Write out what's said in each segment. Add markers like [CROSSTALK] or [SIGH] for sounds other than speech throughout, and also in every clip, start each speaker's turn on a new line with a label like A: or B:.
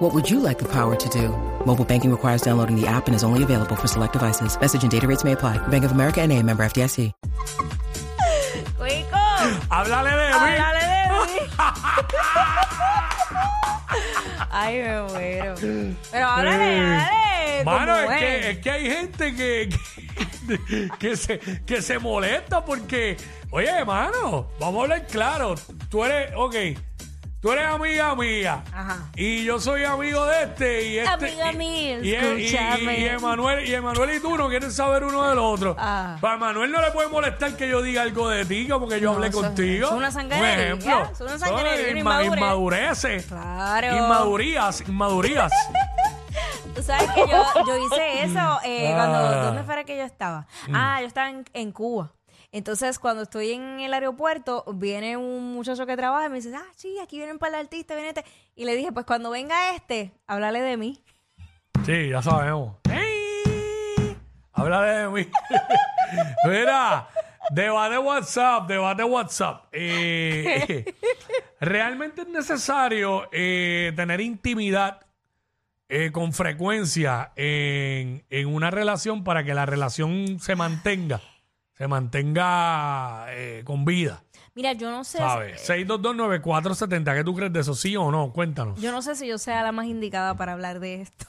A: What would you like the power to do? Mobile banking requires downloading the app and is only available for select devices. Message and data rates may apply. Bank of America and a member FDIC.
B: Cuico,
C: Háblale de mí.
B: háblale de
C: [LAUGHS]
B: mí. Ay, me muero. Pero háblale, háblale.
C: Mano,
B: como
C: es que, es que hay gente que, que, [LAUGHS] que se, que se molesta porque, oye, mano, vamos a hablar claro. Tú eres, ok, tú eres amiga mía.
B: Ajá.
C: Y yo soy amigo de este. Y este
B: Amiga
C: y-
B: mía,
C: y, y-
B: escúchame.
C: Y, y Emanuel, y Emanuel y tú no quieren saber uno del otro.
B: Ah.
C: Para Emanuel no le puede molestar que yo diga algo de ti, como que yo
B: No,
C: hablé
B: eso es-
C: contigo.
B: eso es una sangrería,
C: Un ejemplo.
B: eso es una sangrería,
C: Son
B: una
C: inma-
B: inmadurez.
C: inmadureces.
B: Claro.
C: Inmadurías, inmadurías.
B: Tú sabes que yo, yo hice eso eh,
C: Ah. Mm.
B: cuando. ¿Dónde fuera que yo estaba? Ah, yo estaba en, en Cuba. Entonces, cuando estoy en el aeropuerto, viene un muchacho que trabaja y me dice, ah, sí, aquí vienen para el artista, viene este. Y le dije, pues cuando venga este, háblale de mí.
C: Sí, ya sabemos. ¡Ey! Habla de mí. [LAUGHS] Mira, debate WhatsApp, debate WhatsApp. Eh, [LAUGHS] ¿Realmente es necesario eh, tener intimidad eh, con frecuencia en, en una relación para que la relación se mantenga? Se mantenga eh, con vida,
B: Mira, yo no sé.
C: ¿sabes? 6229470, ¿qué tú crees de eso? ¿Sí o no? Cuéntanos.
B: Yo no sé si yo sea la más indicada para hablar de esto.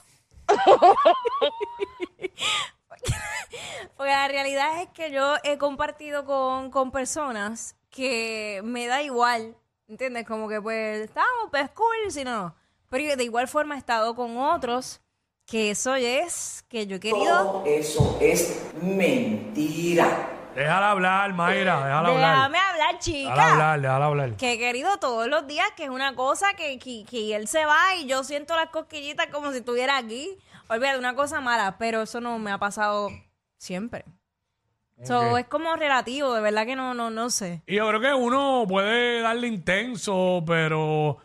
B: Porque la realidad es que yo he compartido con, con personas que me da igual, ¿entiendes? Como que pues estamos, pues cool, si no, no. Pero yo de igual forma he estado con otros que eso es, que yo he querido...
D: Todo eso es mentira.
C: Déjala hablar, Mayra, déjala hablar.
B: Déjame hablar, chica.
C: Déjala hablar, déjala hablar.
B: Que he querido todos los días, que es una cosa que, que- que él se va y yo siento las cosquillitas como si estuviera aquí. Olvídate, una cosa mala, pero eso no me ha pasado siempre. So,
C: Ok.
B: es como relativo, de verdad que no, no, no sé.
C: Y yo creo que uno puede darle intenso, pero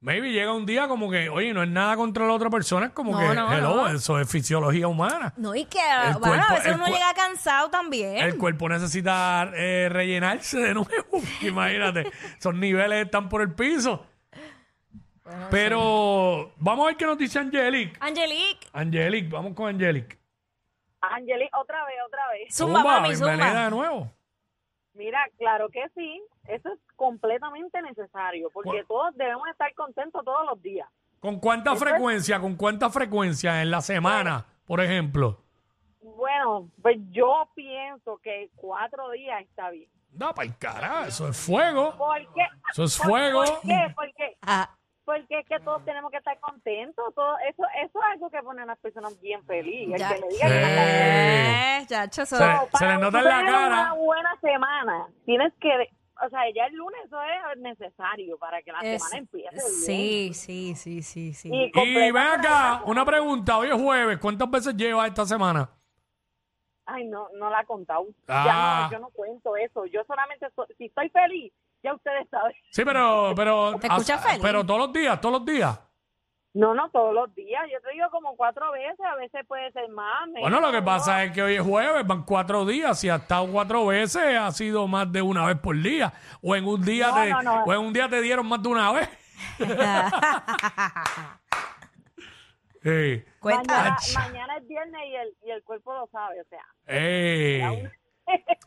C: maybe llega un día como que, oye, no es nada contra la otra persona, es como
B: No,
C: que,
B: no,
C: hello,
B: no.
C: eso es fisiología humana.
B: No, y que,
C: El
B: bueno,
C: cuerpo-
B: a veces
C: el
B: uno
C: cuer-
B: llega cansado también.
C: El cuerpo necesita eh, rellenarse de nuevo, [LAUGHS] imagínate, esos niveles están por el piso. Pero vamos a ver qué nos dice Angelic.
B: Angelique,
C: Angelic, vamos con Angelic.
E: Angeli, otra vez, otra vez.
B: zumba, mami,
C: bienvenida de
B: zumba.
C: nuevo.
E: Mira, claro que sí, eso es completamente necesario, porque
C: Cu-
E: todos debemos estar contentos todos los días.
C: ¿Con cuánta frecuencia, con cuánta frecuencia en la semana, por ejemplo?
E: Bueno, pues yo pienso que cuatro días está bien.
C: Da para el carajo, eso es fuego.
E: ¿Por qué?
C: Eso es
E: ¿Por-
C: fuego.
E: ¿Por qué? Porque,
B: Ah,
E: porque es que todos tenemos que estar contentos. Todo, eso, eso es algo que pone a las personas bien felices.
B: Ya.
E: El que le diga que está
C: Sí.
B: eh, chacho, eso-
C: Se-
E: No,
C: le
E: para
C: nota en
E: tú
C: la
E: tener
C: cara.
E: Una buena semana. Tienes que, o sea, ya el lunes eso es necesario para que la
B: es-
E: semana empiece.
B: sí,
E: bien.
B: sí, sí, sí, sí.
C: Y ven
E: completamente
C: acá, una pregunta, hoy es jueves, ¿cuántas veces lleva esta semana?
E: Ay, no, no la he contado.
C: Ah.
E: Ya no, yo no cuento eso. Yo solamente, so- si estoy feliz, ya ustedes saben.
C: Sí, pero... pero
B: ¿Te escuchas
C: ah,
B: feliz?
C: Pero todos los días, todos los días.
E: No, no, todos los días. Yo te digo como cuatro veces, a veces puede ser más. menos,
C: Bueno, lo que
E: ¿no?
C: pasa es que hoy es jueves, van cuatro días, si ha estado cuatro veces, ha sido más de una vez por día. O en un día,
E: No,
C: te,
E: no, no.
C: O en un día te dieron más de
B: [LAUGHS]
C: una vez. Sí.
B: Cuenta.
E: Mañana,
C: Ach.
E: mañana es viernes y el, y el cuerpo lo sabe, o sea.
C: Ey.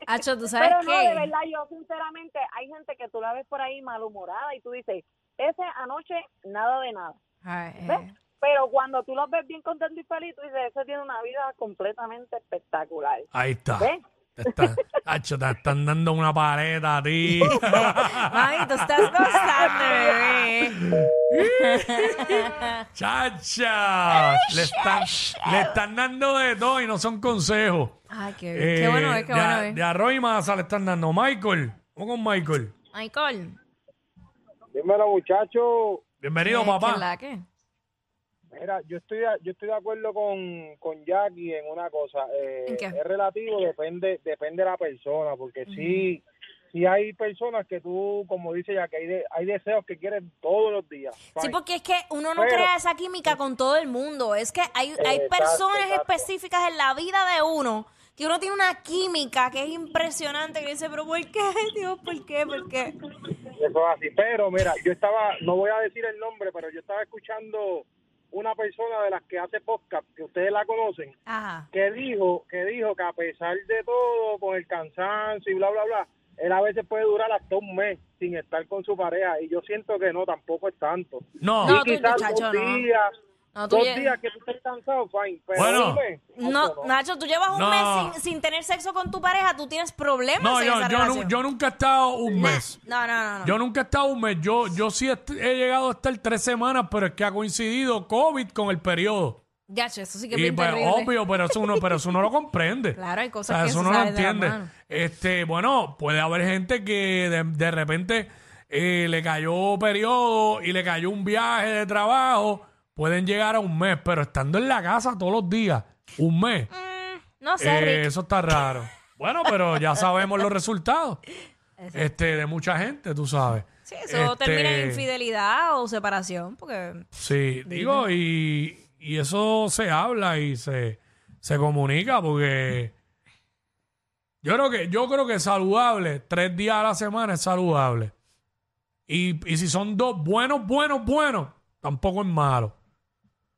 B: Hacho, ¿tú sabes
E: Pero no,
B: qué?
E: de verdad, yo sinceramente, hay gente que tú la ves por ahí malhumorada y tú dices, ese anoche, nada de nada.
B: Ay, eh.
E: ¿Ves? Pero cuando tú los ves bien contento y feliz, tú dices, ese tiene una vida completamente espectacular.
C: Ahí está.
E: ¿Ves?
C: Te está- Acho, te están dando una paleta a
E: [LAUGHS]
C: ti.
B: Mami, tú estás gozando, bebé.
C: Chacha, le están, le están dando de todo y no son consejos.
B: Ay, qué,
C: Eh,
B: qué bueno es, qué
C: de,
B: bueno
C: a-
B: es.
C: de arroz y masa le están dando. Michael, vamos con Michael.
B: Michael.
F: Dímelo, muchacho.
C: Bienvenido,
B: ¿qué- qué
C: papá.
B: la que?
F: Mira, yo estoy, de- yo estoy de acuerdo con, con Jackie en una cosa. eh,
B: ¿En qué?
F: Es relativo, depende depende de la persona, porque sí, sí hay personas que tú, como dice Jackie, hay, de- hay deseos que quieren todos los días.
B: Sí,
F: fine.
B: porque es que uno no
F: Pero-
B: crea esa química con todo el mundo. Es que hay, hay
F: Exacto,
B: personas
F: exacto.
B: específicas en la vida de uno que uno tiene una química que es impresionante. Que dice, pero ¿por qué? [LAUGHS] Dios, ¿por qué? ¿Por qué?
F: Eso es así. Pero mira, yo estaba, no voy a decir el nombre, pero yo estaba escuchando una persona de las que hace podcast, que ustedes la conocen,
B: Ajá.
F: que dijo que dijo que a pesar de todo, con el cansancio y bla, bla, bla, él a veces puede durar hasta un mes sin estar con su pareja. Y yo siento que no, tampoco es tanto.
C: No.
B: No,
F: Y
B: tú,
F: quizás
B: muchacho,
F: dos
B: no.
F: días,
B: No, tú
F: dos
B: ya-
F: días que tú estés cansado, fine. Pero
C: Bueno.
F: un mes,
B: No,
F: tampoco no.
B: Nacho, tú llevas un
C: No.
B: mes sin, sin tener sexo con tu pareja, tú tienes problemas
C: No,
B: en
C: yo,
B: esa
C: yo, nu-
B: relación.
C: yo nunca he estado un mes.
B: No, no, no, no.
C: Yo nunca he estado un mes. Yo, yo sí est- he llegado a estar tres semanas, pero es que ha coincidido COVID con el periodo.
B: Ya, che, eso sí que es
C: Y
B: bien
C: pues,
B: terrible.
C: obvio, pero eso uno, pero eso uno lo comprende.
B: [LAUGHS] Claro, hay cosas
C: O sea,
B: que se
C: eso uno lo
B: salen de las
C: entiende.
B: manos.
C: Este, bueno, puede haber gente que de, de repente eh, le cayó periodo y le cayó un viaje de trabajo, pueden llegar a un mes, pero estando en la casa todos los días, un mes,
B: Mm, No sé,
C: eh,
B: Rick.
C: eso está raro. Bueno, pero ya sabemos los
B: [LAUGHS]
C: resultados. Este, de mucha gente, tú sabes.
B: Sí, eso termina en
C: Este,
B: infidelidad o separación, porque...
C: Sí, digo, y, y eso se habla y se, se comunica porque yo creo que yo creo que es saludable, tres días a la semana es saludable. Y, y si son dos buenos, buenos, buenos, tampoco es malo.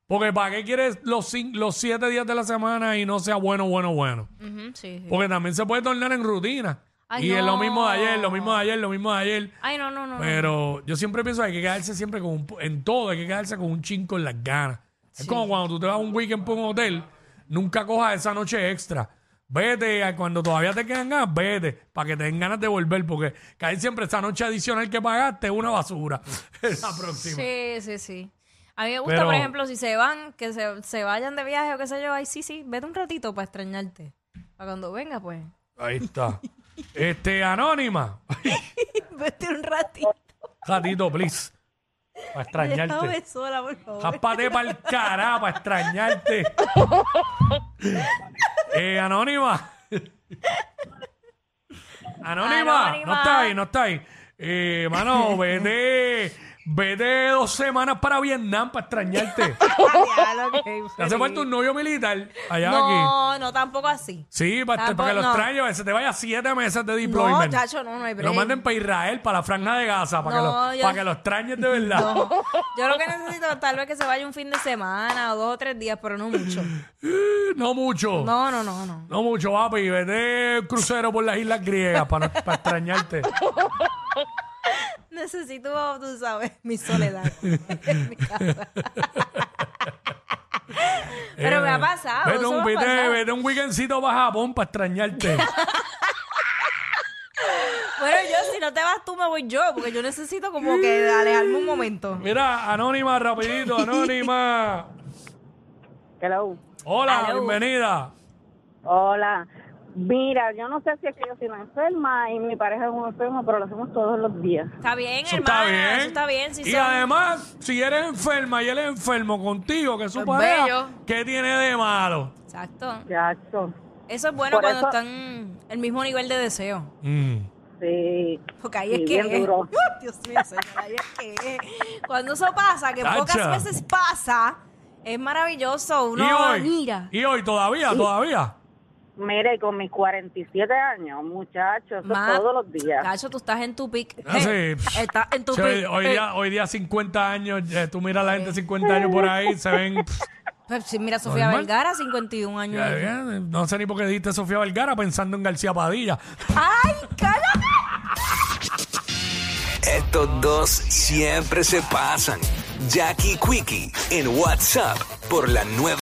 C: Porque ¿para qué quieres los, cin- los siete días de la semana y no sea bueno, bueno, bueno?
B: Ujú, sí, sí.
C: Porque también se puede tornar en rutina.
B: Ay,
C: y es lo mismo de ayer,
B: no.
C: lo mismo de ayer, lo mismo de ayer.
B: Ay, no, no, no. no.
C: Pero yo siempre pienso que hay que quedarse siempre con un, po- en todo, hay que quedarse con un chingo en las ganas. Es como cuando tú te vas un weekend por un hotel, nunca cojas esa noche extra. Vete, a- cuando todavía te quedan ganas, vete, para que te den ganas de volver, porque cae siempre esa noche adicional que pagaste es una basura. [LAUGHS] Es la próxima.
B: Sí, sí, sí. A mí me gusta,
C: Pero-
B: por ejemplo, si se van, que se, se vayan de viaje o qué sé yo, ay, sí, sí, vete un ratito para extrañarte. Para cuando vengas, pues. [LAUGHS]
C: Ahí está. Este, Anónima.
B: vete un ratito.
C: Ratito, please. Para extrañarte.
B: Déjame sola, por favor.
C: Jápate para el carajo, para extrañarte. Eh, anónima. anónima. No
B: Anónima.
C: está ahí, no está ahí. Eh, mano, vete. Vete dos semanas para Vietnam
B: [LAUGHS]
C: para extrañarte. Te hace falta un novio militar allá aquí.
B: No, no, tampoco así.
C: Sí, para,
B: Tampoco,
C: para que lo
B: no.
C: extrañe, que se te vaya siete meses de
B: No,
C: deployment.
B: chacho, no, no hay
C: Que
B: break.
C: lo manden para Israel, para la franja de Gaza, para,
B: No,
C: que, lo,
B: yo-
C: para que lo extrañes de verdad.
B: No. Yo lo que necesito tal vez que se vaya un fin de semana o dos o tres días, pero no
C: [LAUGHS]
B: mucho.
C: Eh, [LAUGHS] no mucho.
B: No, no, no, no.
C: No mucho, papi. Vete crucero por las islas griegas para, para extrañarte.
B: Necesito, tú sabes, mi
C: [LAUGHS]
B: soledad. En mi casa. [LAUGHS] Pero me ha pasado,
C: Eh, Vete
B: eso
C: un,
B: me ha
C: vete-
B: pasado.
C: vete un weekendcito para Japón
B: [LAUGHS]
C: para extrañarte.
B: Bueno, yo, si no te vas tú, me voy yo, porque yo necesito como que alejarme un momento.
C: Mira, Anónima, rapidito, Anónima.
E: Hello.
C: Hola,
B: Hello.
C: bienvenida.
E: Hola. Mira, yo no sé si es que yo soy una enferma y mi pareja es un enfermo, pero lo hacemos todos los días.
B: Está bien,
C: Eso
B: hermana.
C: está bien.
B: Eso está bien. Si
C: y
B: son-
C: además, si eres enferma y él es enfermo contigo, que es su
B: Es
C: pareja,
B: bello.
C: ¿qué tiene de malo?
B: Exacto.
E: Exacto.
B: Eso es bueno
E: Por
B: cuando
E: eso-
B: están el mismo nivel de deseo.
C: Mm.
E: Sí.
B: Porque ahí es
E: Sí,
B: que.
E: bien duro.
B: [LAUGHS] Dios mío, señora, ahí es que. Cuando eso pasa, que
C: Tacha.
B: pocas veces pasa, es maravilloso.
C: y
B: Uno
C: hoy,
B: mira.
C: y hoy todavía, todavía.
E: Mire, con mis 47 años, muchachos,
B: Ma-
E: Pues todos los días.
B: Tacho, tú estás en tu pic.
C: Ah,
B: Eh,
C: sí.
B: [LAUGHS] Estás en tu
C: Sí,
B: pic.
C: hoy, hoy
B: Eh,
C: día, hoy día 50 años, eh, tú miras a la gente 50 años por ahí, se ven... pff,
B: pues, sí, mira, Sofía
C: Normal.
B: Vergara, 51 años.
C: ya, ya, no sé ni por qué dijiste Sofía Vergara pensando en García Padilla.
B: ¡Ay, cállate!
G: Estos dos siempre se pasan. Jackie Quickie en WhatsApp por la nueva.